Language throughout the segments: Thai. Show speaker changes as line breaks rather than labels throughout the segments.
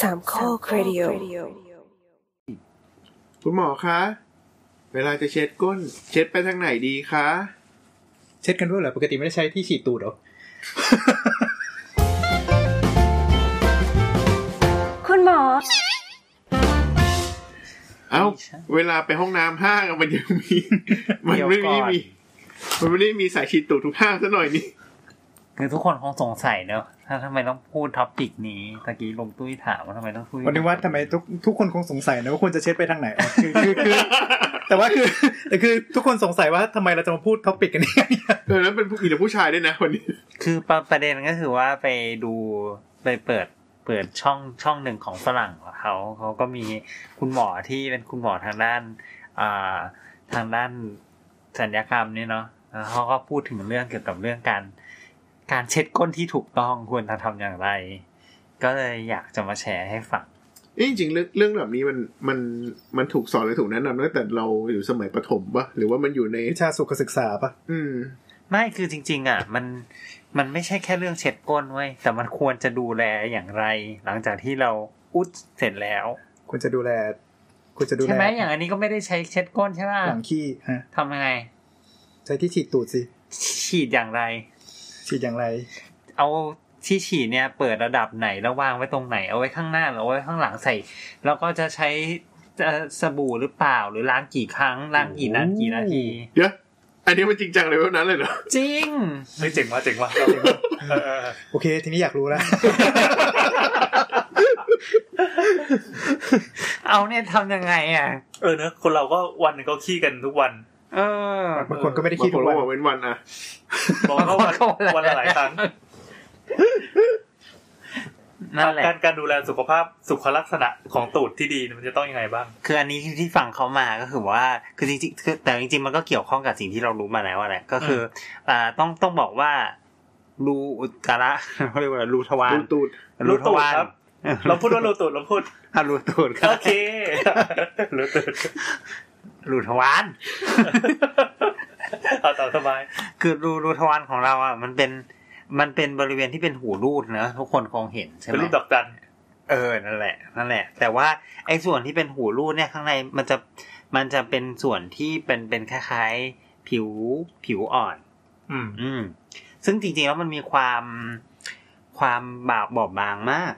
สามข้อครดิโอ
คุณหมอคะ เวลาจะเช็ดก้น เช็ดไปทางไหนดีคะ
เช็ดกันด้วยเหรอ ปกติไม่ได้ใช้ที่ฉีดตูดเหรอ
คุณหมอ
เอ้า
ไม่ใช่
เวลาไปห้องน้ำห้างอะมันยังมี มัน
เดี๋ยว
ไม่
ก่อน
มี มันไม่ได้มีสายฉีดตูดทุกห้างซะหน่อย นี่
คือทุกคนคงสงสัยเนอะถ้าทำไมต้องพูดท็อปปิกนี้ตะกี้ลมตุ้ยถามว่าทำไมต้องพูด
วันนี้ว่าทำไมทุกทุกคนคงสงสัยนะว่าควรจะเช็ดไปทางไหนอ๋อคือคือคือ แต่ว่าคือแต่คือทุกคนสงสัยว่าทำไมเราจะมาพูดท็อปิกกันเนี่ย
เออแล้วเป็นผู้หญิงและผู้ชายด้วยนะวันนี้
คือประประเด็นก็คือว่าไปดูไปเปิดเปิดช่องช่องหนึ่งของฝรั่งของเขาเขาก็มีคุณหมอที่เป็นคุณหมอทางด้านอ่าทางด้านสัญญกรรมเนี่ยเนาะแล้วเขาก็พูดถึงเรื่องเกี่ยวกับเรื่องการ การเช็ดก้นที่ถูกต้องควรจะทำอย่างไร ก็เลยอยากจะมาแชร์ให้ฟัง
เอ้ยจริงๆเรื่องเรื่องแบบนี้มันมันมันถูกสอนหรือถูกแนะนำตั้งแต่เราอยู่สมัยประถมปะหรือว่ามันอยู่ใน
วิชาสุขศึกษาปะ
อืม
ไม่คือจริง ๆ อ่ะ มันมันไม่ใช่แค่เรื่องเช็ดก้นเว้ยแต่มันควรจะดูแลอย่างไร หลังจากที่เราอุดเสร็จแล้ว
ควรจะดูแลควรจะดูแล
ใช่ไหมอย่างอันนี้ก็ไม่ได้ใช้เช็ดก้นใช่ป่ะ
หลังขี้ฮะ
ทำยังไง
ใช้ที่ฉีดตูดสิ
ฉีดอย่างไร
ฉีดอย่างไร
เอาที่ฉีดเนี่ย เปิดระดับไหนแล้ววางไว้ตรงไหน เอาไว้ข้างหน้าหรือเอาไว้ข้างหลังใส่ แล้วก็จะใช้เอ่อสบู่หรือเปล่าหรือล้างกี่ครั้งล้างกี่นานกี่นาที
เดี๋ยวอันนี้มันจริงจังเลยแบบนั้นเลยเหรอ
จริง
เฮ้ยเจ๋งว่ะเจ๋งว่ะเออเออเออ
โอเค ทีนี้อยากรู้แล้ว
เอาเนี่ยทำยังไงอ่ะ
เออเนอะคนเราก็วันหนึงก็ขี้กันทุกวัน
เออ
บางคนก็ไม่ได้
บา
ขี้
งค
ทุ
น
ก
ก็
วัน
บอกเว้นวันอะ
บอกว่าวัน วันละหลายครั้ง
นั่นแหละ
การการดูแลสุขภาพสุขลักษณะของตูดที่ดีเนี่ยมันจะต้องยังไงบ้าง
คืออันนี้ที่ที่ฟังเขามาก็คือว่าคือจริงๆคือแต่จริงๆมันก็เกี่ยวข้องกับสิ่งที่เรารู้มาแล้วอะแหละก็คือออ่าต้องต้องบอกว่ารูอุจจาระ เขาเรียกว่ารูทวาร
ดูตูด
รูตูด
วาร
ครับ เราพูดว่ารูตูดเราพูด
อ่ะรู ตูดครั
โอบ เครูตูด
รูทวาร
เอาต่อสบาย
คือรูรูทวารของเราอ่ะมันเป็นมันเป็นบริเวณที่เป็นหูรูดเนอะทุกคนคงเห็นใช่ไหม
เป็นรูปดอกจัน
เออ นั่นแหละ นั่นแหละ แต่ว่าไอ้ส่วนที่เป็นหูรูดเนี่ยข้างในมันจะ มันจะเป็นส่วนที่เป็นเป็นคล้ายๆ ผิวผิวอ่อน
อืม
อืม ซึ่งจริงๆแล้วมันมีความความบาบบอบบางมาก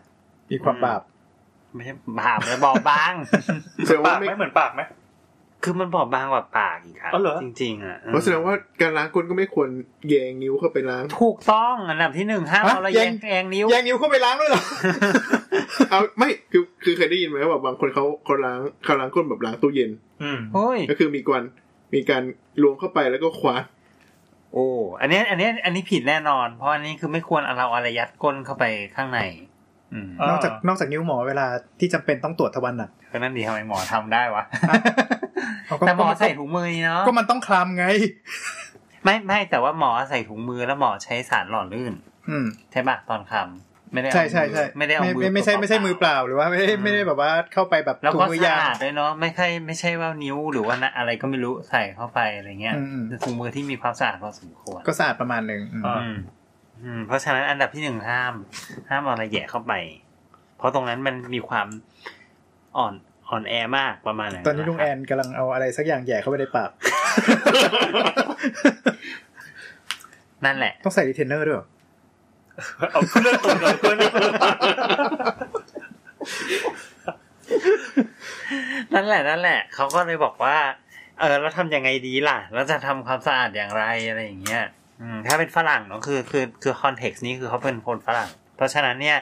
มีความบาป
ไม่ใช่บาบเลยบอบบาง
แสดง
ปา
ว่าก ไม่
ไหมเหมือนปากไหม
คือมันบอบบางกว่าปากอีกครับ
อ๋อเหรอ
จริงๆอ่ะ
เพราะแสดงว่าการล้างก้นก็ไม่ควรแยงนิ้วเข้าไปล้าง
ถูกต้องอันดับที่หนึ่งห้ามเอาอะไรแยงแยงนิ้ว
แยงนิ้วเข้าไปล้างด้วยเหรอ
เอาไม่คือคือเคยได้ยินไหมว่าแบบบางคนเขาเขาล้างเขาล้างก้นแบบล้างตู้เย็น
อืม
โอ้ย
ก็คือมีการมีการล้วงเข้าไปแล้วก็คว้า
โอ้ อันเนี้ยอันเนี้ยอันนี้ผิดแน่นอน เพราะอันนี้คือไม่ควรเอาเราอะไรยัดก้นเข้าไปข้างใน อืม
เออ
นอกจากนอกจากนิ้วหมอเวลาที่จำเป็นต้องตรวจทวันหนัก
ก็นั่นดีทำไมหมอทำได้วะ
เอาก็
แต่หมอใส่ถุงมือเนาะ
ก็มันต้องคลำไง
ไม่ไม่แต่ว่าหมอใส่ถุงมือแล้วหมอใช้สารหล่อลื่น
อืม
ใช่ปะตอนคำไม่ได้เอา
ใช่ใช่ใช่
มือไม่ได้เอามือ
ไม่ไม่ใช่
เปล่าๆ
ไม่ใช่มือเปล่าหรือว่าไม่ได้ไม่ได้แบบว่าเข้าไปแบบ
แล้ว
ถุง
ก็
มือ
สะ
ยาง
อาดด้วยเนาะไม่ใช่ไม่ใช่ว่านิ้วหรือว่านะอะไรก็ไม่รู้ใส่เข้าไปอะไรเงี้ย
อืมอืม
ถุงมือที่มีความสะอาดพอสมควร
ก็สะอาดประมาณหนึ่งอืม
อ่า
อืมอืม เพราะฉะนั้นอันดับที่หนึ่งห้าม ห้ามเอาอะไรแหย่เข้าไป เพราะตรงนั้นมันมีความอ่อนอ่อนแอมากประมาณนั้น
ตอนนี้ลุง
ะ
แอ
ครับ
นกำลังเอาอะไรสักอย่างแหย่เข้าไปในปาก
นั่นแหละ
ต้องใส่รีเทนเนอร์ด้วยเหรอ
เอาเรื่องตูดก่อนเพื่อน
นั่นแหละนั่นแหละเขาก็เลยบอกว่า เออแล้วทำยังไงดีล่ะ แล้วจะทำความสะอาดอย่างไรอะไรอย่างเงี้ยอืมถ้าเป็นฝรั่งเนาะคือคือคือคอนเท็กซ์นี้คือเขาเป็นคนฝรั่ง เพราะฉะนั้นเนี่ย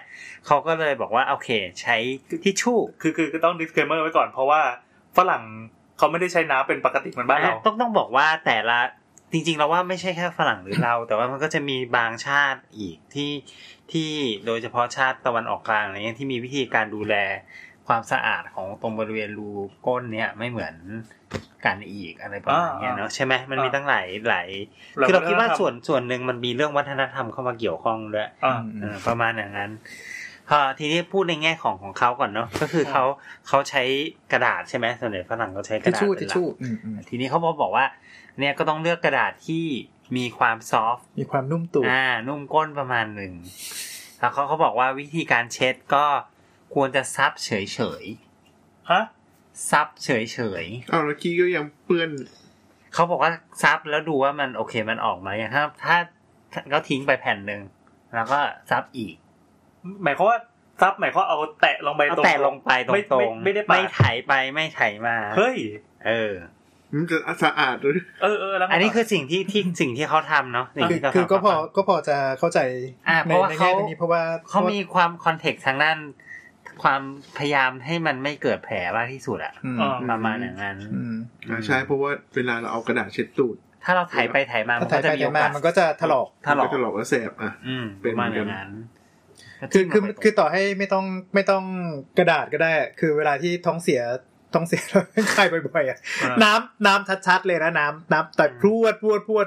เขาก็เลยบอกว่าโอเค ใช้ทิชชู่
คือคือคือต้อง disclaimer ไว้ก่อนเพราะว่าฝรั่งเขาไม่ได้ใช้น้ำเป็นปกติเหมือนบ้านเรา
อ่ะต้องต้องบอกว่าแต่ละจริง ๆ เราว่าไม่ใช่แค่ฝรั่งหรือเรา แต่ว่ามันก็จะมีบางชาติอีกที่ที่โดยเฉพาะชาติตะวันออกกลางอะไรเงี้ยที่มีวิธีการดูแลความสะอาดของตรงบริเวณรูก้นเนี่ยไม่เหมือนกันอีกอะไรประมาณเนี้ยเนาะใช่ไหมมันมี
อ่า
ตั้งหลายหลาย คือเราคิดว่าส่วนส่วนหนึ่งมันมีเรื่องวัฒนธรรมเข้ามาเกี่ยวข้องด้วย
อ่า
อืม
เออประมาณอย่างนั้นพอทีนี้พูดในแง่ของของเขาก่อนเนาะก็คือ
ครับ
เขาเขาใช้กระดาษใช่ไหมส่วนใหญ่ฝรั่งเขาใช้ก
ทิช
ระดาษ
ชู่
เป็
ทิ
น
ช
หลัก
ชู่อืมอืม
ทีนี้เขาบอกว่า เนี่ยก็ต้องเลือกกระดาษที่มีความซอฟต์
มีความนุ่มตูด
อ่านุ่มก้นประมาณหนึ่งแล้วเขาเขาบอกว่าวิธีการเช็ดก็ ควรจะซับเฉยเฉย
ฮะ
ๆซับเฉยเฉย
อ้าวแล้วกี้ก็ยังเปื้อน
ๆเขาบอกว่าซับแล้วดูว่ามันโอเคมันออกไหมถ้าถ้าก็ทิ้งไปแผ่นหนึ่งแล้วก็ซับอีก
หมายความว่าซับหมายความว่าเอาแตะลงไป
เอา
ตรง
แตะลงไปต
ไม่
ร
ไม่
งๆ
ไม่ได้ปา
ไม่
ด
ไถไปไม่ไถมา
เฮ้ย
เออ
มันจะสะอาดหรือ
เออเออแล้วไง
อันนี้
ต่
คือสิ่งที่ที่สิ่งที่เขาทำเนาะสิ่งที่เขาทำ
คือก็พอก็พอจะเข้าใจ
อ่า
ใน
เพราะว่า
ใน
เขา
แง่ตรงนี้เพราะว่า
เขามีความคอนเทกต์ทางด้าน ความพยายามให้มันไม่เกิดแผลมากที่สุดอะ
อืม
อ่า
ประมาณอย่างนั้น
อืม
อ่าใช่เพราะว่าเวลาเราเอากระดาษเช็ดตูด
ถ้าเราถ่ายไปถ่ายมามั
ถ้าน ถ่า
ก็
ยไป
จะมี
ถ่ามาก
โอยาส
มันก็จะถลอก
ถลอก
มันถลอกแล้วแสบอ่ะ
อืม
เป็
ป
น
ระ
เหมื
มา
อน
ณ
กัน
อย่างนั้น
คือคือคือต่อให้ไม่ต้องไม่ต้องกระดาษก็ได้ คือเวลาที่ท้องเสียท้องเสีย แล้วไข้บ่อยๆอะ
อ่า
น้ำน้ำชัดๆเลยนะน้ำน้ำแต่พรวดพรวดพรวด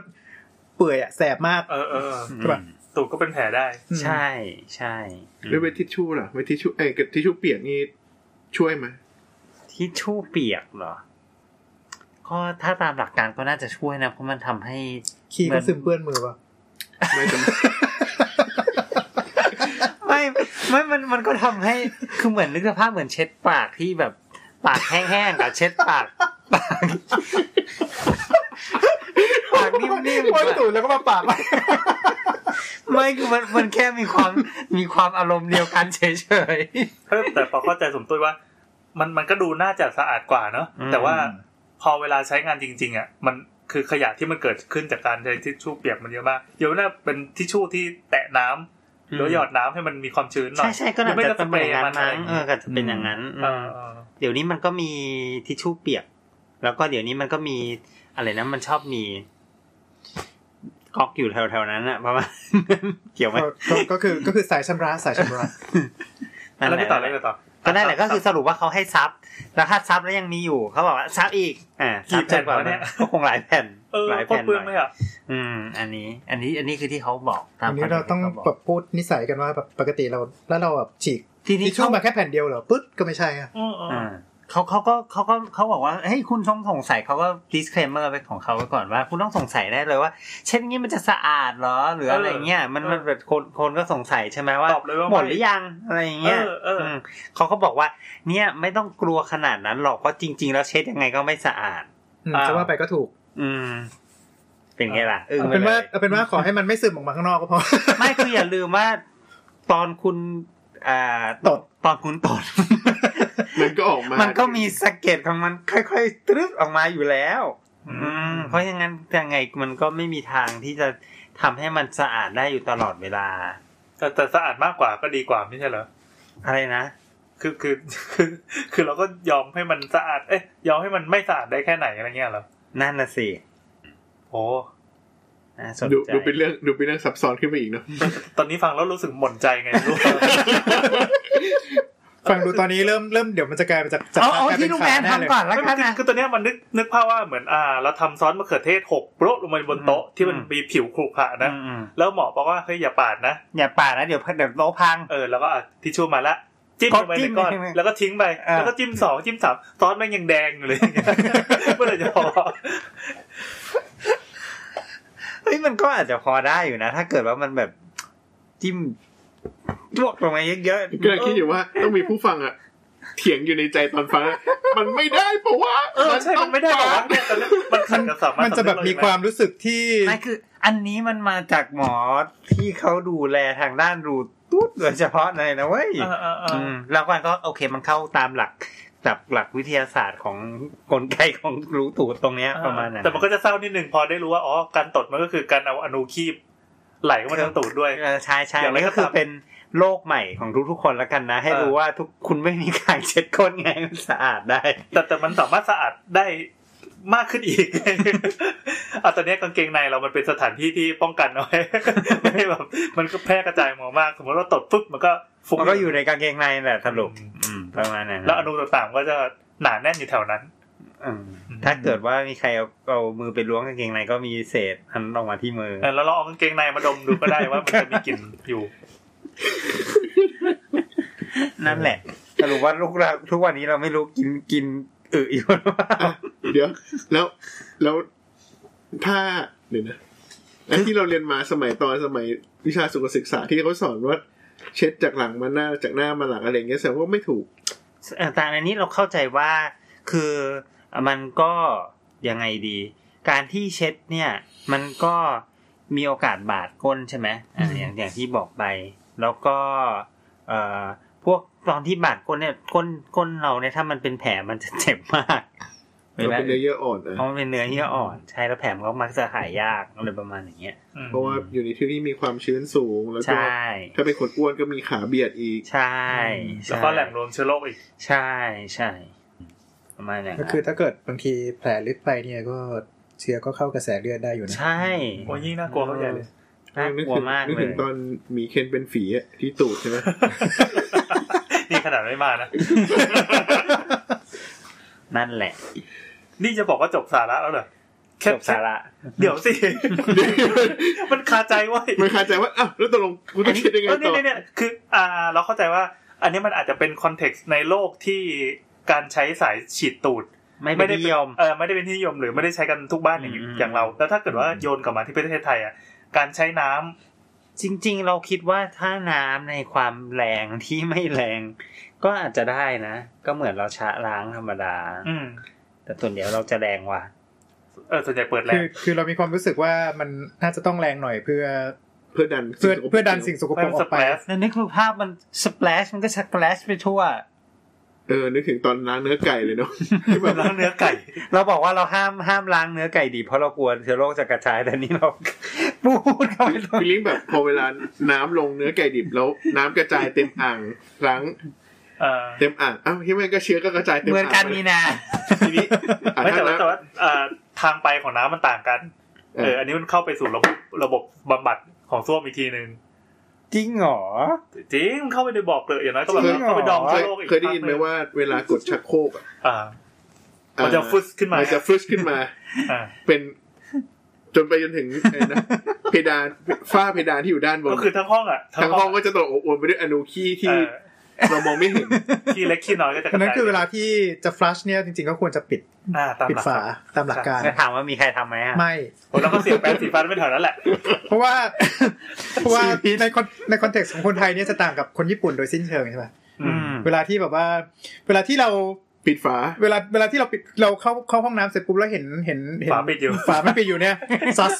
เปื่อยอะแสบมาก
เออเออ
อืม
ใช่ปะ
ตูดก็เป็นแผลได้
อืม
ใช่ใช่อืม
แล้วเวททิชชู่ล่ะเวททิชชู่ไอ้ยกับทิชชู่เปียกนี่ช่วยไหม
ทิชชู่เปียกเหรอ ก็ถ้าตามหลักการก็น่าจะช่วยนะ เพราะมันทำให้
ขี้
มั
ก็
น
ซึมเปื้อนมือป่ะ
ไม่จำ
ไม่ไม่มันมันก็ทำให้คือเหมือนนึกสภาพเหมือนเช็ดปากที่แบบปากแห้งๆกับเช็ดปากปากปากนิ่มๆ
โอ้ย
อะ
ตูดแล้วก็มาปากไป
ไม่คือมันมันแค่มีความมีความอารมณ์เดียวกันเฉย
เออแต่พอเข้าใจสมตุ้ยว่า มันมันก็ดูน่าจะสะอาดกว่าเนอะ
อืม
แต่ว่าพอเวลาใช้งานจริง ๆ อ่ะ มันคือขยะที่มันเกิดขึ้นจากการใช้ทิชชู่เปียกมันเยอะมากเดี๋ยวน่าเป็นทิชชู่ที่แตะน้ำ
ๆ
หรือหยอดน้ำให้มันมีความชื้นหน่อ
ใช่
ย
ใช่ก็น่า
หรือไม่
จะเป็นอย่างนั้น
ไร
มั้งเออก็จะเป็นอย่างนั้น
เอ
อืม
อเออ
เดี๋ยวนี้มันก็มีทิชชู่เปียก แล้วก็เดี๋ยวนี้มันก็มีอะไรนะมันชอบมีก๊อกอยู่แถวๆนั้นอะประมาณ เกี่ยวไหม
ก็คือก็คือสายชำระสายชำระ
อ่ะ
นั่
แล้ว
นห
ไม่
ละ
ต่อแล้วไม่ต่อ
ก็นั่นแหละก็คือสรุปว่าเขาให้ซับแล้วถ้าซับแล้วยังมีอยู่เขาบอกว่าซับอีกอ่าซับจกว่าเนี่ยก็คงหลายแผ่น
เออ
หลาย
พวก
แผ่น
เปลือง
ห
เล
น่อย ย
อ่ะ
อืม อันนี้ อันนี้อันนี้คือที่เขาบอกตาม
วันนี้เราต้อง
ควมห็นที่ขบก
แบบพูดนิสัยกันว่าแบบปกติเราแล้วเราแบบฉีก
ทีนี้
ทิชชู่
เขา
มาแค่แผ่นเดียวเหรอปึ๊ดก็ไม่ใช่อะ
อืมอืม
อ่าเขาเขาก็เขาก็เขาบอกว่าเฮ้ยคุณต้องสงสัยเขาก็ disclaimer ไปของเขาไว้ก่อนว่า คุณต้องสงสัยได้เลยว่า เช่นนี้มันจะสะอาดเหรอหรืออะไรเงี้ยมันมันแบบคนคนก็สงสัยใช่ไหมว่า
ตอบเลยว่า
หมดห
ไ
รือยังอะไรอย่างเงี้ย
เออเอออื
มเขาก็บอกว่า เนี่ยไม่ต้องกลัวขนาดนั้นหรอกเพราะจริง ๆ แล้วเช็ดยังไงก็ไม่สะอาด
อืม
อ่า
จะว่าไปก็ถูก
อืม เป็นไงล่ะเออ
เอาเป็นว่า
ไ
เอาเป็นว่าขอให้มันไม่ซึมออกมาข้างนอกก็พอ
ไม่ คืออย่าลืมว่า ตอนคุณอ่า
ตด
ตอนคุณตด
มันก็ออกมา
มันก็มีสะเก็ดของมันค่อยๆตรึบออกมาอยู่แล้ว อืม เพราะฉะนั้นยังไงมันก็ไม่มีทางที่จะทำให้มันสะอาดได้อยู่ตลอดเวลา
แต่แต่สะอาดมากกว่าก็ดีกว่าไม่ใช่เหรอ
อะไรนะ
คือคือ คือคือเราก็ยอมให้มันสะอาด เอ๊ยยอมให้มันไม่สะอาดได้แค่ไหนอะไรเงี้ยเหรอ
นั่นน่ะสิ
โอ้
น่าสน
ดู
ใจ
ดูเป็นเรื่องดูเป็นเรื่องซับซ้อนขึ้นไปอีกเนาะ
ตอนนี้ฟังแล้วรู้สึกหม่นใจไงรู้
ฟังดูตอนนี้เริ่มเริ่มเดี๋ยวมันจะกลายเป็นจากจาก
เอาเอา
กลายเป็
ที่
น
ลุง
ข่าวน
แม
แน่เลย
ทำก่อนแล้วกัน
ไม่
นะ
คือคือตอนเนี้ยมันนึกนึกภาพว่าเหมือนอ่า เราทำซอสมะเขือเทศหกโปรดลงไปบนโต๊ะ
อืม
ที่มันมีผิวขรุขระนะ
อืมอืม
แล้วหมอบอกว่าเฮ้ยอย่าปาดนะ
อย่าป่าดนะเดี๋ยวเดี๋ยวโต๊ะพัง
เออแล้วก็อ่ะทิชชู่มาละจิ้มลงไป
จิ้
ใน
ม
ก้อน
ใช่ไหม
แล้วก็ทิ้งไป
อ่า
แล้วก็จิ้มสองจิ้มสามซอสแม่งยังแดงอยู่ เลย เมื่อไหรจะพอ
เฮ้ยมันก็อาจจะพอได้อยู่นะ ถ้าเกิดว่ามันแบบจิ้มจวกลงไปเยอะ
ก็เลยคิดอยู่ว่าต้องมีผู้ฟังอะเถียงอยู่ในใจตอนฟังอะมันไม่ได้ปะวะ
เออใช่
ต้
มั
ง
นไม่ได้หรอกวะ
ปา
เนี่ยตอนนี้มันขัดกับสามารถ
มันจะแบบมีความรู้สึกที่
ๆไม่คือ อันนี้มันมาจากหมอที่เขาดูแลทางด้านรูตูดโดยเฉพาะเลยนะเว้ย
อ่าอ่าอ่า
มแล้วมันก็โอเคมันเข้าตามหลักจับหลักวิทยาศาสตร์ของกลไกของรูตูดตรงเนี้ยประมาณนั้น
แต่มันก็จะเศร้านิดหนึ่งพอได้รู้ว่าอ๋อการตดมันก็คือการเอาอนูคีบไหลเข้ามาทางตูดด้วย
เออใช่ใช่
อย่างไร
นี่ก็
ก็
คือ
ตาม
เป็นโลกใหม่ของทุกๆคนแล้วกันนะ ให้
เออ
รู้ว่าทุกคุณไม่มีการเช็ดก้นไงมันสะอาดได้
แต่แต่มันสามารถสะอาดได้มากขึ้นอีก อ่ะตอนนี้กางเกงในเรามันเป็นสถานที่ที่ป้องกันเอาไว้ ไม่ให้แบบมันก็แพร่กระจายหมอมาก สมมติเราตดปุ๊บมันก็ฟุ้ง
มันก็อยู่ในกางเกงในแหละสรุปอืมประมาณนั้น
แล้วอนูต่างๆก็จะหนาแน่นอยู่แถวนั้น
อืม
อืม
ถ้าเกิดว่ามีใครเอาเอามือไปล้วงกางเกงในก็มีเศษอันออกมาที่มือ
เออแล้วเราเอากางเกงในมาดมดูก็ได้ว่ามันจะมีกลิ่นอยู่
นั่นแหละสรุปว่าลูกเราทุกวันนี้เราไม่รู้กินกินอึอยู่หรือเปล่า
เดี๋ยว แล้วแล้วถ้าเดี๋ยวนะไอ้ที่เราเรียนมาสมัยตอนสมัยวิชาสุขศึกษาที่เขาสอนว่า เช็ดจากหลังมาหน้าจากหน้ามาหลังอะไรอย่างเงี้ยแสดงว่าไม่ถูก
เอ่อแต่อันนี้เราเข้าใจว่าคือมันก็ยังไงดี การที่เช็ดเนี่ย มันก็มีโอกาสบาดก้นใช่ไหมอ่ะ
อืม
อย่างอย่างที่บอกไป แล้วก็เอ่อพวกตอนที่บาดก้นเนี่ยก้นก้นเราเนี่ยถ้ามันเป็นแผลมันจะเจ็บมาก
เราเป็นเนื้อเยื่ออ่อนนะ
เพราะมันเป็นเนื้อเยื่ออ่อนใช่แล้วแผลมันก็มักจะหายยากอะไรประมาณอย่างเงี้ย
อืม
เพราะว่าอยู่ในที่ที่มีความชื้นสูงแล้วก็
ใช่
ถ้าเป็นคนอ้วนก็มีขาเบียดอีก
ใช่ใช่
แล้วก็แหล่งรวมเชื้อโรคอีก
ใช่ใช่ประมาณอย่าง
ก็
นั้น
คือถ้าเกิดบางทีแผลลึกไปเนี่ยก็เชื้อก็เข้ากระแสเลือดได้อยู่นะ
ใช่
โอ้ยยิ่งน่ากลัวเข้าใหญ่เลย
น่ากลัวมาก
นึก
เล
ถึง
ย
ตอนหมีเคนเป็นฝีอะที่ตูดใช่ไหม
นี่ขนาดไม่มานะ
นั่นแหละ
นี่จะบอกว่าจบสาระแล้วเหรอ
จบสาระ
เดี๋ยวสิ มันคาใจเว่า
มันคาใจว่าอ้าวแล้วตกลงคุณต้องคิดยังไง
เออเนี่
ต่
ย
อ
เนี่ยเนี่ยคือ อ่า เราเข้าใจว่า อันนี้มันอาจจะเป็นคอนเท็กซ์ในโลกที่การใช้สายฉีดตูด
ไม่
ไม่
เป็
ได้
น
เป็น
นิยม
เออไม่ได้เป็นที่นิยมหรือไม่ได้ใช้กันทุกบ้านอย่าง
อืม
อย่างเราแล้วถ้าเกิดว่าโยนกลับมาที่ประเทศไทยอ่ะการใช้น้ำ
จริง ๆ เราคิดว่าถ้าน้ำในความแรงที่ไม่แรง ก็อาจจะได้นะ ก็เหมือนเราชะล้างธรรมดา
อืม
แต่ส่วนเดียวเราจะแรงว่ะ
เออส่วนใหญ่เปิดแหล
คื
ก
อคือเรามีความรู้สึกว่ามันน่าจะต้องแรงหน่อยเพื่อ
เพื่อดัน
เพื่อเพื่อดันสิ่งสกปร
เพิ่
ก
ม
อ
ส
อก
เป
ไป
รส
แล้วนึกถึงภาพมันสเปลชมันก็สเปลชไปทั่ว
เออนึกถึงตอนล้างเนื้อไก่เลยเนาะ ที่แบบ
ล้างเนื้อไก่
เราบอกว่าเราห้ามห้ามล้างเนื้อไก่ดี เพราะเรากลัวเชื้อโรคจะกระจายแต่นี่เรา พูดเข้าไปตรง
ฟีลลิ่งแบบพอเวลาน้ำลงเนื้อไก่ดิบแล้ว น้ำกระจายเต็มอ่างล้าง
เออ
เต็มอ่างอ้าวที่มันก็เชื้อก็กระจายเต็ม
เหมื
อ่าง
อนกันมีนา
ทีนี้อ่ะ
ไม่
ถ้า
แต่ว่า
น้
แต่ว่าเอ่อทางไปของน้ำมันต่างกัน
ำ
เอ
เอ
อ
อ
อันนี้มันเข้าไปสู่ระบบระบบบำบัดของส้วมอีกทีหนึ่ง
จริงเหรอ
จริงมันเข้าไปในบ่อเกลืออย่างน้อยก็แบบ
จริงเหรอ
เข้าไปดอง
เค
เชื้
ย
อโรคอีก
เคยได้ยินไหมว่าเวลากดชักโครกอะ
อ่ามันจะฟุสขึ้นมา
มันจะฟึชขึ้นมา
อ่า
เป็นจนไปจนถึงไอ้นะ เพดานฝ้าเพดานที่อยู่ด้านบน
ก็คือทั้งห้องอ่ะ
ทั้งห้องก็จะตกอบอวนไปด้วยอนุขี้ที่
เอ่อ
เรามองไม่เห็น
ที่เล็กที่น้อยก็จะก
อั
ระ
น
จย
นั้นคือเวลาที่จะฟลัชเนี่ยจริงๆก็ควรจะปิด
อ่าตาม
ปิด
หลัก
ฝาตามหลักการ
แล้วถามว่ามีใครทำไหมอะ
ไม่
โอ้แล้วก็เสียบแปรงสีฟันไปแถวนั้นแหละ
เพราะว่า เพราะว่าในคอนในคอนเท็กซ์ของคนไทยเนี่ยจะต่างกับคนญี่ปุ่นโดยสิ้นเชิงใช่ไหม
อืม
เวลาที่แบบว่า เวลาที่เรา
ปิดฝา
เวลาเวลาที่เราปิดเราเข้าเข้าห้องน้ำเสร็จปุ๊บแล้วเห็นเห็นเห็น
ฝาปิดอยู่
ฝาไม่ปิดอยู่เนี่ย sus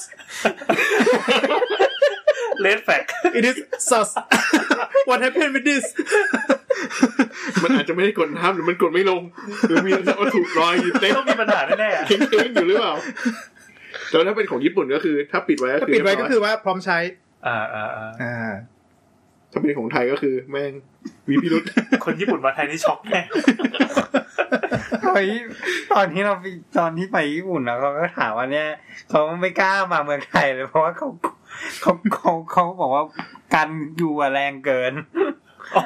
เลดแฟก
it is sus what happened with this
มันอาจจะไม่ได้กดน้ำหรือมันกดไม่ลง หรือมีวัตถุลอยอยู่เต็ม
ต้องมีปัญหาแน่ๆอะ
ทิ้งๆอยู่หรือเปล่าแต่ถ้าเป็นของญี่ปุ่นก็คือ ถ้าปิดไว้ก็
ถ้า
คือ
ปิดไว้ก็คือว่าพร้อมใช้
อ่าอ่าอ่า
อ่า
ถ้าเป็นของไทยก็คือ แม่งมีพิรุษ
คนญี่ปุ่นมาไทยนี่ช็อกแน่
เฮ้ยตอนที่เราไปตอนที่ไปญี่ปุ่นนะเขาก็ถามว่าเนี่ยเขาไม่กล้ามาเมืองไทยเลยเพราะว่าเขาเขาเขาเขาบอกว่าการอยู่อะแรงเกิน
อ๋อ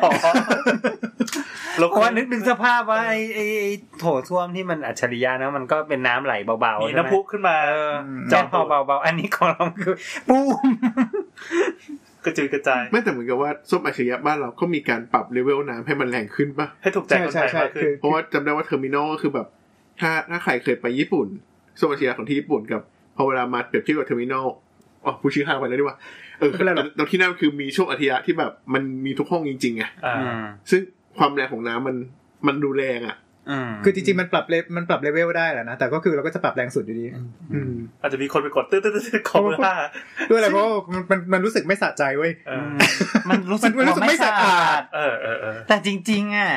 แล้ว
เพ
ก็
ราะว่านึ
นึ
ก
ก
ถึงสภาพว่าไอ้ไอ้ไอ้โถส้วมที่มันอัจฉริยะนะมันก็เป็นน้ำไหลเบาๆ
มี
ใช่ไหม
น้ำพุขึ้นมา
เออ
ม
จอดพอเบาๆอันนี้ของเราคือปุ้ม
กระจุยกระจาย
ไม่แต่เหมือนกับว่าส้มอัจฉริยะบ้านเราก็มีการปรับเลเวลน้ำให้มันแรงขึ้นป่ะ
ให้ถูกใจ
ใช่
คน
ใช่
ไทย
ใช่
มากขึ้
คื
น
อ
เพราะว่าจำได้ว่าเทอร์มินอลก็คือแบบ ถ้าถ้าใครเคยไปญี่ปุ่นส้มอัจฉริยะของที่ญี่ปุ่นกับพอเวลามาเปรียบเทียบกับเทอร์มินอลอ๋อผู้ชื่อห้างไปแล้วดีกว่าเอ อตอนที่นั่นคือมีช่วงอัจฉริยะที่แบบมันมีทุกห้องจริงๆไง
อ่า
อืม
ซึ่งความแรงของน้ำมันมันดูแรงอ่ะ
อืม
คือจริงๆมันปรับเลมันปรับเลเวลได้แหละนะแต่ก็คือเราก็จะปรับแรงสุดอยู่ดี
อืม
อาจจะมีคนไปกดตื้อตื้อตื้อของเบอร์ห้า
ด้วยอะไรเพราะว่ามันมันมันรู้สึกไม่สะใจเว้ย
เอ
อื
อ
มมันรู้สึก
มันรู้สึก
ว่า
ไม่สะอาด
เออเออเออ
แต่จริง ๆอ่ะ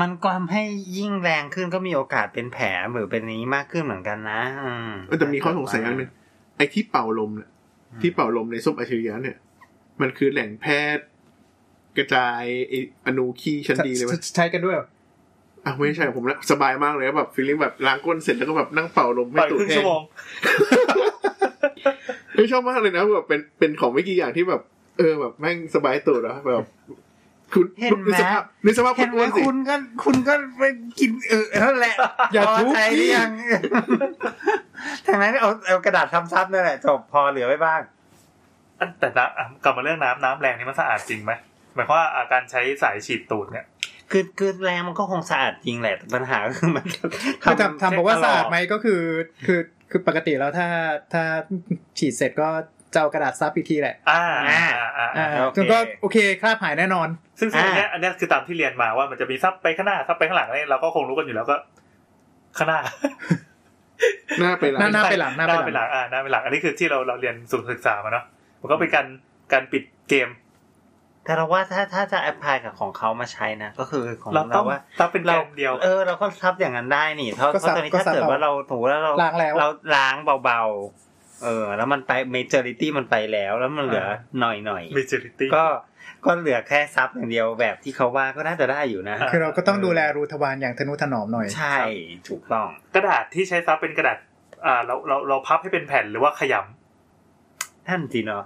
มันความให้ยิ่งแรงขึ้นก็มีโอกาสเป็นแผลหรือเป็นนี้มากขึ้นเหมือนกันนะอืม
เออแต่มีข้อสงสัยอย่างหนึ่งไอ้ที่เป่าลมเนี่ยที่เป่าลมในส้มอัจฉริยะเนี่ย มันคือแหล่งแพทย์ กระจายไอ้อนูขี้ชั้นดีเลยไหม
ใช้กันด้วยเหรอ
อ่ะไม่ใช่ผมละสบายมากเลยแบบฟีลลิ่งแบบล้างก้นเสร็จแล้วก็แบบนั่งเป่าลม
ป
ให้
ล่อย
ตูด
ครึ่ง
แห้
ชั่
ง
วโม
ไม่ชอบ
ง
มากเลยนะแบบเป็นเป็นของไม่กี่อย่างที่แบบ เออแบบแม่งสบายตูดอะแบบคุณ
เห็นไห
นึก
ม
สภาพนึกสภาพค
เห็น
น
ไหม
อ้วนสิ
คุณก็คุณก็ไปกินเออเท่านั้นแหละ
อย่า
พอ
ทุบ
ใจหรือยัง ทางนั้นเอาเอากระดาษทำซับนั่นแหละจบพอเหลือไว้บ้าง
อันแต่น้ำอ่ะกลับมาเรื่องน้ำน้ำแรงนี่มันสะอาดจริงไหมหมายความว่าอาการใช้สายฉีดตูดเนี่ย
คือคือแรงมันก็คงสะอาดจริงแหละแต่ปัญหาก็คือ มัน
คือทำทำบอกว่า
เช็ดตลอด
สะอาดไหมก็คือคือคือปกติแล้วถ้าถ้าฉีดเสร็จก็ จะเอากระดาษซับอีกทีแหละ
อ่าอ่าอ่า
อ่า
อ่า
โอเค
จนก็โอเคคราบหายแน่นอน
ซึ่งซึ่งอันเนี้ยอันเนี้ยคือตามที่เรียนมาว่ามันจะมีซับไปข้างหน้าซับไปข้างหลังเนี่ยเราก็คงรู้กันอยู่แล้วก็ข้างหน้า
หน้าไปหลัง
หน้าหน้า ไปลัง
หน้า
ไป
ไป
ห
ห
ลั
ลั
ง
งอ่าหน้าไปหลังอันนี้คือที่เราเราเรียนสูตรศึกษามาเนาะมันก็เป็นการการปิดเกม
แต่เราว่าถ้าถ้าจะแอพพลายกับของเขามาใช้นะ ก็คือของ
เราต้อ
เรา
ง
ว่า
ต้องเป็นเกมเดียว
เออเราก็ซับอย่างนั้นได้นี่เพราะ
ก็
เพ
ซับ
ราะตอนนี้
ก็
ถ้า
ซับ
เกิดว่า
เอา
เราถูกแล้วเรา
ล้างแล้ว
เราล้างเบาๆเออ แล้วมันไปเมเจอริตี้มันไปแล้ว แล้วมันเหลือ
อ่า
หน่อยหน่อยๆ
มีจิริตี้
ก็ก็เหลือแค่ซับอย่างเดียวแบบที่เขาว่าก็น่าจะได้อยู่นะ
อ่ะ
คือเราก็ต้องดูแลรูทวารอย่างทนุถนอมหน่อย
ใช่ถูกต้อง
กระดาษที่ใช้ซับเป็นกระดาษ อ่า เราเราเราพับให้เป็นแผ่นหรือว่าขย
ท่านจีเนาะ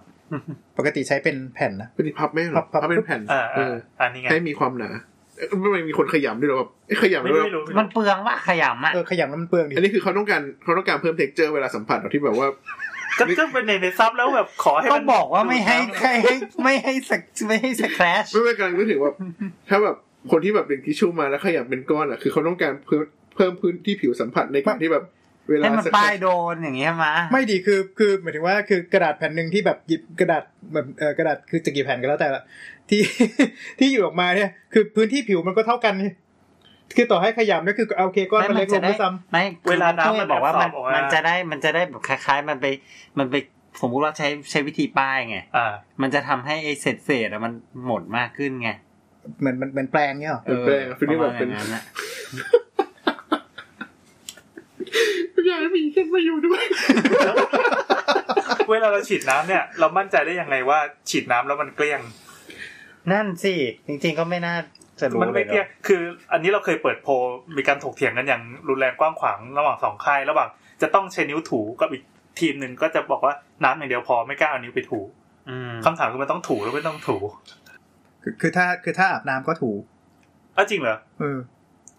ปกติใช้เป็นแผ่นนะ
เป็นพับไหม่หร
พั
อบ
พับ
พับเป็นแผ่น
ำอ่า
เอ
อ่า
อ
อันนี้ไง
ให้มีความหนาเอ๊ะไม่มีคนขยำด้วยเหรอแบบเอ๊ะขยำ
ไม่
ด้วย
รู้
เหรอ
ไม่รู้
มั
มัน น
เปลืองว่าขยำอ่ะ
เออขยำแล้วมันเปลืองดิ
อันนี้คือเขาต้องการเขาต้องการเพิ่มเท็กเจอร์เวลาสัมผัสเหรอที่แบบว่า
ก็ก็เป็นในในซับแล้วแบบขอให้
ต้อ
มั
ง
น
บอกว่าไม่ให้ใครให้ไม่ให้สักไม่ให้สักแครช
ไม่ไม่กำลังนึกถึงว่า ถ้าแบบคนที่แบบเป็นทิชชู่มาแล้วขยับเป็นก้อนอ่ะคือเขาต้องการเพิ่มเพิ่มพื้นที่ผิวสัมผัสในการที่แบบเวลา
ให้มัน
สัก
ป้ายโดนอย่างเงี้ยมา
ไม่ดีคือคือหมายถึงว่าคือกระดาษแผ่นหนึ่งที่แบบหยิบกระดาษแบบเออกระดาษคือจะกี่แผ่นก็แล้วแต่ละที่ ที่อยู่ออกมาเนี่ยคือพื้นที่ผิวมันก็เท่ากันนี่คือต่อให้ขยำก็คือเอาโอเคก้อนมันเล็กลงด้วยซ้ำ
ไม่
เวลาน้ำ
มั
มัน น
บอกว่ามัน
แบสบออก
มันจะได้มันจะได้แบบคล้าย ๆ มันไปมันไปสมมุติว่าใช้ใช้วิธีป้ายไง
อ่า
มันจะทำให้ไอ้เศษเศษๆอะมันหมดมากขึ้นไง
เหมือนมันเป็นแปลงเนี่ยหรอ
เป็นแปลงฟิลลิ่งแบบเป็น
ประมาณอย่างนั้นอะ
อยากให้มีเส้นมาอยู่ด้วย
เวลาเราฉีดน้ำเนี่ย เรามั่นใจได้ยังไงว่าฉีดน้ำแล้วมันเกลี้ยง
นั่นสิ จริงๆก็ไม่น่าจะรู้
มัน
เล
ไม่
ย
เกลี้ยง
เนอะ
คืออันนี้เราเคยเปิดโพลมีการถกเถียงกันอย่างรุนแรงกว้างขวางระหว่างสองค่าย ระหว่างจะต้องใช้นิ้วถูกับอีกทีมหนึ่งก็จะบอกว่าน้ำอย่างเดียวพอไม่กล้าเอานิ้วไปถู
อืม
คำถามคือมันต้องถูหรือไม่ต้องถู
คือคือถ้าคือถ้าอาบน้ำก็ถู
เอ้าจริงเหรอ
เออ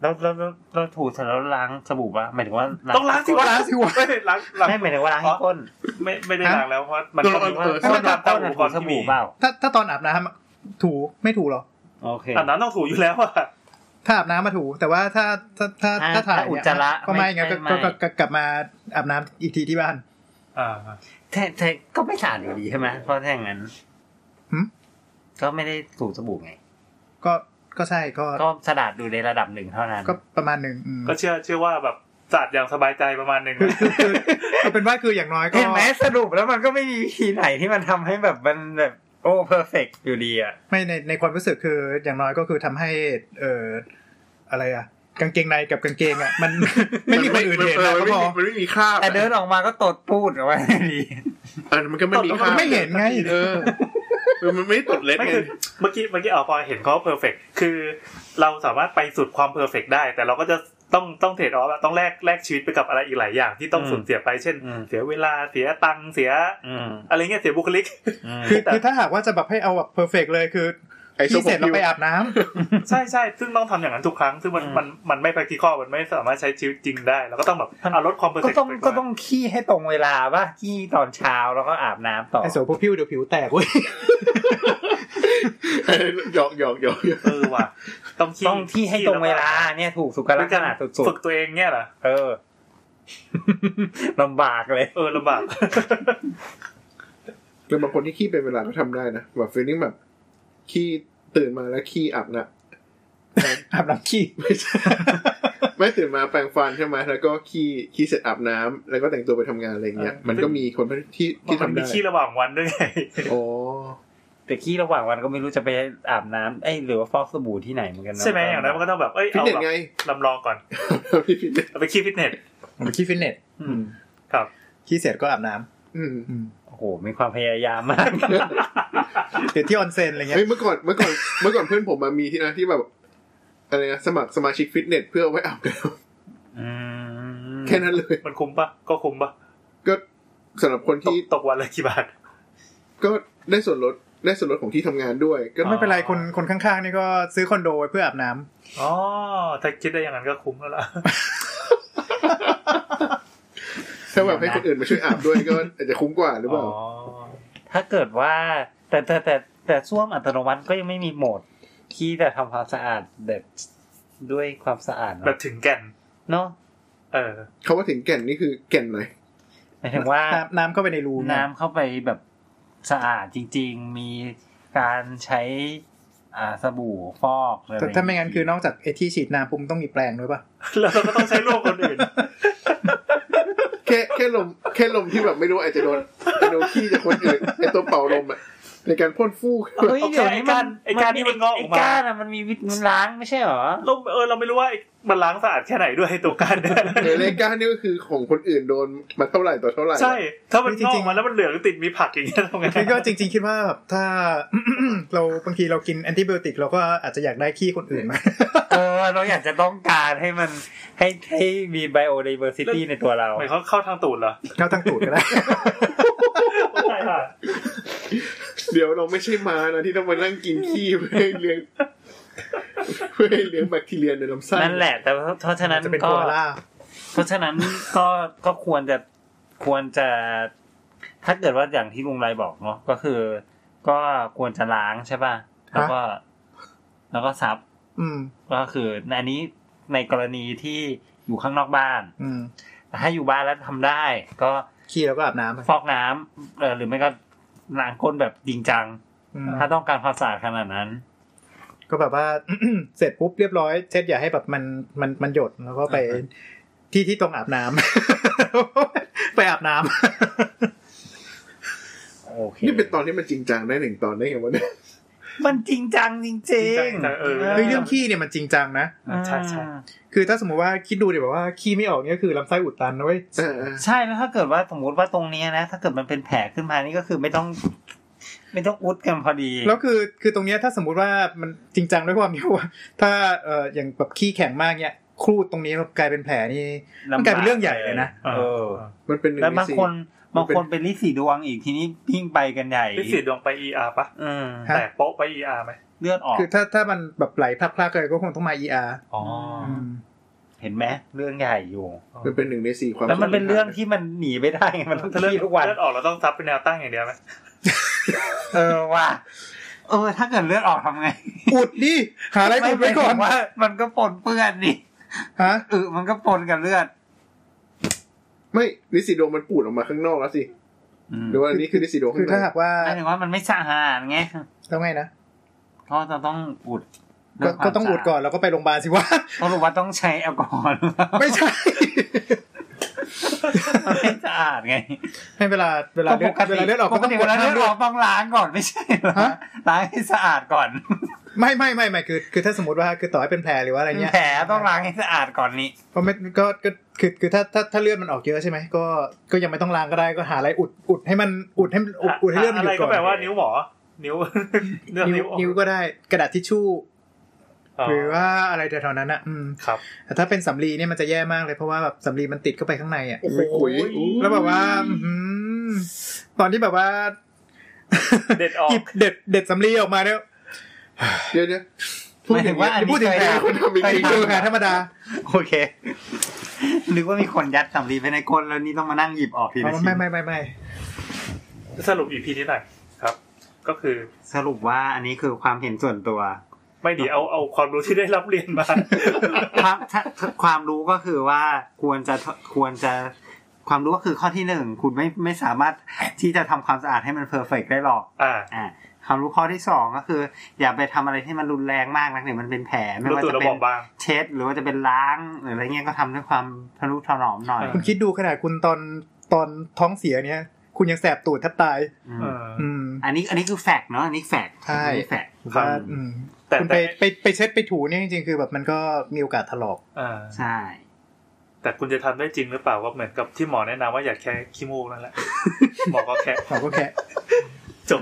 แล้วแล้วแล้วแล้วถูเสร็จแล้วล้างสบู่ปะหมายถึงว่า
ต้องล้างสิวะ
ล้างสิวะ
ไม่ได้ล้างล้าง
ไม่หมายถึงว่าล้างให้ก้น
ไม่ไม่ได้ล้างแล้วเพราะมัน
ต้อง
ก็
เอา
มี
เ
ก้น
ตามตา
ก้
ม
น
อุ
ถู
ปกรณ์
ส
ที่มี
บู่เปล่า
ถ้าถ้าตอนอาบน้ำอะถูไม่ถูหรอ
โอเค
อาบน้ำต้องถูอยู่แล้วอะ
ถ้าอาบน้ำมาถู แต่ว่าถ้าถ้าถ้าถ้า
ถ้า
ถ่าย
ถ้าอุจ
เนี่ย
จาระ
ก็ไม่ไง
ไม่
ก็
ไม่
ก็ก็ก็กลับมาอาบน้ำอีกทีที่บ้าน
อ่า
แท้แท้ก็ไม่สะอาดอยู่ดีใช่ไหมเพราะถ้าอย่างนั้น
หืม
ก็ไม่ได้ถูสบู่ไง
ก็ก็ใช่ก็
ก็สะอาดดูในระดับหนึ่งเท่านั้น
ก็ประมาณหนึ่งอืม
ก็เชื่อเชื่อว่าแบบสะอาดอย่างสบายใจประมาณหนึ่ง
คือคือคือเอาเป็นว่าคืออย่างน้อยก็
เห็นไหมสรุปแล้วมันก็ไม่มีวิธีไหนที่มันทำให้แบบมันแบบโอ้เพอร์เฟกอยู่ดีอ่ะ
ไม่ในในความรู้สึกคืออย่างน้อยก็คือทำให้เอ่ออะไรอะกางเกงในกับกางเกงอะมัน ไม่มีคนอื่นเห็นนะ
มั
ก็
ไม่
พอ
มันไม่มีค่าบ
แต่เดินออกมาก็ตดพูดออกมาอยู่ดี
เออมันก็ไม่มีค่าบ
ไม่เห็นไง
เออเออมันไม่ตดเล็ด
ไม่
ไง
คือเมื่อกี้เมื่อกี้เอาพอเห็นเขาเพอร์เฟกคือ เราสามารถไปสุดความเพอร์เฟกได้ แต่เราก็จะต้องต้องเทรดออฟต้องแลกแลกชีวิตไปกับอะไรอีกหลายอย่างที่ต้อง
อืม
สูญเสียไปเช่น
อืม
เสียเวลาเสียตังค์เสีย
อืม
อะไรเงี้ยเสียบุคลิก
อืม
คือ
แต่
คือถ้าหากว่าจะแบบให้เอาแบบเพอร์เฟกเลยคือ
ไอ้
ที่เสร็จเราไปอาบน้ำ
ใช่ใช่ซึ่งต้องทำอย่างนั้นทุกครั้งซึ่งมัน
อืม
มันมันไม่ practical มันไม่สามารถใช้ชีวิตจริงได้เราก็ต้องแบบเอาลดความเพอร์
ก็
เฟก
ต้องก็ต้องขี้ให้ตรงเวลาป่ะขี้ตอนเช้าแล้วก็อาบน้ำต่อ
ไอโสพวกพิวเดี๋ยวผิวแตกเว้ย
เออหยอกหยอกหยอกหยอก
เออว่ะต้องขี้
ต้องที่ให้ตรงเวลาเนี่ยถูกสุข
แล้
ลั
ว
ก
ก็
ษณะสุ
ฝึ
ด
กตัวเองเนี่ยเหรอ
ๆเออ ลำบากเลย
เออลำบาก
หรือบางคนที่ขี้เป็นเวลาก็ทำได้นะแบบฟีลลิ่งแบบขี้ตื่นมาแล้วขี้อาบนะ
อาบน้ำขี้
ไม่ใช่ไม่ตื่นมาแปรงฟันใช่ไหมแล้วก็ขี้ขี้เสร็จอาบน้ำแล้วก็แต่งตัวไปทำงานอะไรอย่างเงี้ย
เออ
มันก็มีคนที่ที่
มัน
ทำ
มี
ได้
ขี้ระหว่างวันด้วยไง
อ๋อ
แต่ขี้ระหว่างวันก็ไม่รู้จะไปอาบน้ำเอ้ยหรือว่าฟอกสบู่ที่ไหนเหมือนกันเะ
ใช่ไหมอย่างนั้นมันก็ต้องแบบเอ้ย
ฟิต
เอา
เนส
แบบ
ไง
ลำลองก่อน
พี่ฟิตเนส
เอาไปขี้ฟิตเนส
ผมไปขี้ฟิตเนส
อืมครับ
ขี้เสร็จก็อาบน้
อืม
ำอืม
โอ้โหมีความพยายามมาก
เดี๋ยวที่ออนเซ็นอะไรเงี้ย
เฮ้ยเมื่อก่อนเมื่อก่อนเมื่อก่อนเพื่อนผมมามีที่นะที่แบบอะไรนะสมัครสมาชิกฟิตเนสเพื่อเอาไว้อาบน้
อืม
ำแค่นั้นเลย
มันคุ้มปะก็คุ้มปะ
ก็สำหรับคน
ตก
ที่
ตกวันละกี่บาท
ก็ได้ส่วนลดได้ส่วนลดของที่ทำงานด้วย ก็
อ๋อ
ไม่เป็นไรคนคนข้างๆนี่ก็ซื้อคอนโดไว้เพื่ออาบน้ำ
อ๋อถ้าคิดได้อย่างนั้นก็คุ้มแล้วล่ะ
ถ้าแบบให้คนอื่นมาช่วยอาบด้วยก็อาจจะคุ้มกว่าหรือเป
อ๋
ล่า
อ
ถ้าเกิดว่า แต่แต่แต่แต่ส้วมอัตโนมัติก็ยังไม่มีโหมด ที่จะทำความสะอาดแบบด้วยความสะอาด
แบ
เนาะ
บถึงแก่น
เนาะ
เออ
เขาว่าถึงแก่นนี่คือแก่นไหน
หมายถึงว่า
น้ำน้ำเข้าไปในรู
น้ำเข้าไปแบบ สะอาดจริง ๆ มีการใช้อ่าสบู่ฟอกอะร
แต่ถ้าไม่งั้นคือนอกจากไอ้ที่ฉีดน้ำปุ๊บต้องมีแปรงด้วยป่ะ
แล้วเราก็ต้องใช้ร่วมคนอื่น
แค่แค่ลมแค่ลมที่แบบไม่รู้อาจจะโดนอาจจะโดนขี้จากคนอื่นไอตัวเป่าลมอะในการพ่นฟูก
เฮ้ย
โอเค
เดี๋ยวนี้มัน
ไอ้ก้านไอ้ก้านที่มันงอกออกมา
ไก้านอะมันมีวิตมันล้างไม่ใช่เหรอ
เราเออเราไม่รู้ว่าไอ้มันล้างสะอาดแค่ไหนด้วยตัวกัน
เอเลก้านี่ก็คือของคนอื่นโดนมาเท่าไหร่ต่อเท่าไหร่
ใช่ ถ้ามัน
จ
งอ
ริง
ก
ๆ
มาแล้วมันเหลืองติดมีผักอย่างเงี้ยทำไง
คือก็จริง ๆ คิดว่าแบบถ้า เราบางทีเรากินแอนติบิโติกเราก็อาจจะอยากได้ขี้คนอื่นมา
เออเราอยากจะต้องการให้มันให้ให้มีไบโอ i ดเวอร์ซิตี้ในตัวเรา
หมายเขามเข้าทางตูดเหรอ
เข้าตั้งตูดก็ได้
ใช่ค่ะ
เดี๋ยวเราไม่ใช่ม้านะที่ต้องมานั่งกินขี้เพื่อให้เลี้ยงเพื่อให้เลี้ยงแบคทีเรียในลำไส้
นั่นแหละ แต่ว่าเพราะฉะนั้น
จะเป็น
ก็
โคอาล่า
เพราะฉะนั้นก็ก็ควรจะควรจะ ถ้าเกิดว่าอย่างที่ลุงไรบอกเนาะก็คือ ก็ควรจะล้างใช่ป่ะ แล้วก็ แล้วก็ซับ
อืม
ก็คืออันนี้ในกรณีที่อยู่ข้างนอกบ้าน
อืม
แต่ถ้าอยู่บ้านแล้วทำได้ ก็
ขี้แล้วก็อาบน้ำไป
ฟอกน้ำเออหรือไม่ก็ล้างก้นแบบจริงจัง
อืม
ถ้าต้องการความสะอาดขนาดนั้น
ก็แบบว่า เสร็จปุ๊บเรียบร้อยเช็ดอย่าให้แบบมันมันมันหยดแล้วก็ไป ที่ที่ตรงอาบน้ำ ไปอาบน้ำ
โอเค
นี่เป็นตอนที่มันจริงจังได้หนึ่งตอนได้ไงวะเนี่ย
มันจริงจังจริงจริง
จังๆเออ
เฮ้ยเรื่องขี้เนี่ยมันจริงจังนะ
ใช่ใช่
คือถ้าสมมติว่าคิดดูดิแบบว่าขี้ไม่ออกเนี่ยก็คือลำไส้อุดตันนะเว้ย
เออเออ
ใช่แล้วถ้าเกิดว่าสมมติว่าตรงเนี้ยนะ ถ้าเกิดมันเป็นแผลขึ้นมานี่ก็คือไม่ต้อง ไม่ต้องอุดกันพอดี
แล้วคือคือตรงเนี้ยถ้าสมมุติว่ามันจริงจังด้วยความที่ว่า ถ้าเอ่ออย่างแบบขี้แข็งมากเนี่ยครูดตรงนี้แบบกลายเป็นแผลนี่ มันกลายเป็นเรื่องใหญ่เลยนะ
เออ
มันเป็นหนึ่ง
แล้ว
ใน
บาง
สี่
คน
มัเป็
บาน ง
น
คนเป็นลิสีดวงอีกทีนี้ยิ่งไปกันใหญ่
ลิสีดวงไปเออาร์ปะ
เออ
ฮะ
แตกโป๊ะไปเออาร์ไหม
เลือดออก
คือถ้าถ้ามันแบบไหลพลักๆเลยก็คงต้องมา ER
อ๋อ
อืม
เห็นไหมเรื่องใหญ่อยู่
มันเป็นหนึ่งในสี่ความ
แล้วมันเป็นเรื่องที่มันหนีไม่ได้ไง มันต้อง
ถ้าเลือด
ขี้ทุกวัน
เลือดออกเราต้องซับเป็นแนวตั้งอย่างเดียวไหม
เออว่ะเออ ถ้าเกิดเลือดออกทำไง
อุดดิหาอะไรอุดไว้ก่อน
ม่หมายถึงว่ามันก็ปนเปื้อนนี่
ฮะ
เออมันก็ปนกับเลือด
ไม่ลิซิโดมันปูดออกมาข้างนอกแล้วสิหรือว่าอันนี้คือลิซิโด
คื
ข้า
อง
ใน
ถ้าหากว่า
หมายถึงว่ามันไม่สะอาดไง
แล้วไงนะ
ก็จะต้องอุด
ก็ก็ต้องอุดก่อนแล้วก็ไปโรงพยาบาลสิวะ
เพราะรู้ว่าต้องใช้แอลกอฮอล์
ไม่ใช่
มันไม่สะอาดไง
ให้เวลาเวลาเลือดเวลาเลือดออก
ป
ก็
ก
ต้อง
ติ
ก
เว
ด
ลาเลื
น้ำ
อด
ด้
อ
วย
อกต้องล้างก่อนไม่ใช่เหรอ
ฮะ
ล้างให้สะอาดก่อน
ไม่ไม่ไม่ไม่คือคือถ้าสมมติว่าคือต่อให้เป็นแผลหรือว่าอะไรเงี้ย
แผลต้องล้างให้สะอาดก่อนนี่
เพราะไม่ก็ก็คือคือถ้าถ้าถ้าเลือดมันออกเยอะใช่ไหมก็ก็ยังไม่ต้องล้างก็ได้ก็หาอะไรอุดอุดให้มันอุดให้มันอุดอุดให้เลือดมัน
อะ
หยุด
ไร
ก่
ก็
อน
แปลว่านิ้วหมอ นิ้วเรื่อง
นิ้
นิ้
ว
วออก
นิ้วก็ได้กระดาษทิชชู่ หรือ
อ
ว่าอะไรแถวๆนั้นอ่ะอืม
ครับ
แต่ถ้าเป็นสำลีเนี่ยมันจะแย่มากเลยเพราะว่าแบบสำลีมันติดเข้าไปข้างในอ่ะ
โอ้โหขุยอู้
แล้วแบบว่าอื้อหือตอนที่แบบว่า
เด็ดออก
หยิบเด็ดเด็ดสำลีออกมาเนี่ย
เดี๋ยวเดี๋ยว
หมายถึงว่าอัน
พู
นี้
ดถึง
เคย
แผลคนทำจ
ไป
ริง
ดูแผลธรรมดา
โอเคนึกว่ามีคนยัดสำลีไปในก้นแล้วนี่ต้องมานั่งหยิบออกทีละ
อ๋อ
ชิ้น
ไม่ไม่ไม่ไม่
สรุปอีพีนี้หน่อยครับ ก็คือ
สรุปว่าอันนี้คือความเห็นส่วนตัว
ไม่ดีเอาเอาความรู้ที่ได้รับเรียนมา
ความถ้าความรู้ก็คือว่าควรจะควรจะความรู้ก็คือข้อที่หนึ่งคุณไม่ไม่สามารถที่จะทำความสะอาดให้มันเพอร์เฟกได้หรอก
อ่า
อ่าความรู้ข้อที่สองก็คือ อย่าไปทำอะไรที่มันรุนแรงมากนักเนี่ยวมันเป็นแผลไม่
รู้
ว่า
ตัว
จะ
เรา
เป็
บ
น
อกบาง
เช็ด หรือว่าจะเป็นล้างหรืออะไรเงี้ยก็ทำด้วยความทะนุถนอมหน่อย
เอ
คุณ
อ
คิดดูขนาดคุณตอนตอนท้องเสียเนี่ย คุณยังแสบตูดแทบตาย
ม
เออ
อืม
อันนี้อันนี้คือแฟกต์เนาะอันนี้แฟกต์
ใช่
อันนี้แฟกต์
ครับ
ว่าอืม
แต่
คุณไป
แต่
ไปไปเช็ดไปถูเนี่ยจริงๆคือแบบมันก็มีโอกาสถลอก
อ่า
ใช่
แต่คุณจะทำได้จริงหรือเปล่าก็เหมือน กับที่หมอแนะนำว่าอยากแค่ขี้มูกนั่นแหละ หมอก็แค่
เราก็แค่
จบ